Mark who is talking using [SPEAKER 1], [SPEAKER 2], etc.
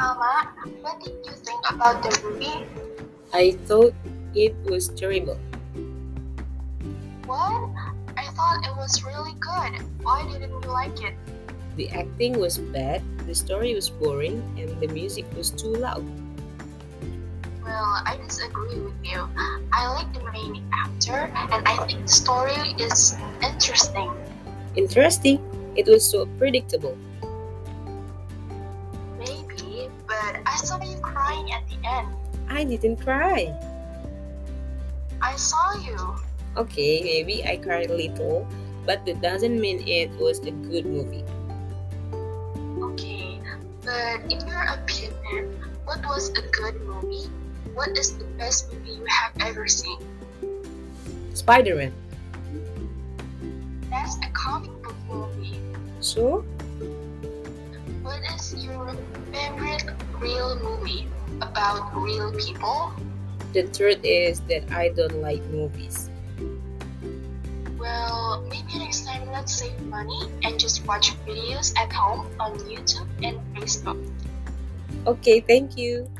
[SPEAKER 1] Mama, what did you think about the movie?
[SPEAKER 2] I thought it was terrible.
[SPEAKER 1] What? I thought it was really good. Why didn't you like it?
[SPEAKER 2] The acting was bad, the story was boring, and the music was too loud.
[SPEAKER 1] Well, I disagree with you. I like the main actor, and I think the story is interesting.
[SPEAKER 2] Interesting, it was so predictable.
[SPEAKER 1] Maybe, but I saw you crying at the end.
[SPEAKER 2] I didn't cry.
[SPEAKER 1] I saw you.
[SPEAKER 2] Okay, maybe I cried a little, but that doesn't mean it was a good movie.
[SPEAKER 1] Okay, but in your opinion, what was a good movie? What is the best movie you have ever seen?
[SPEAKER 2] Spider Man.
[SPEAKER 1] That's a comic book movie.
[SPEAKER 2] So,
[SPEAKER 1] What is your favorite real movie about real people?
[SPEAKER 2] the truth is that I don't like movies.
[SPEAKER 1] Well, maybe next time let's save money and just watch videos at home on YouTube and Facebook.
[SPEAKER 2] Okay, thank you.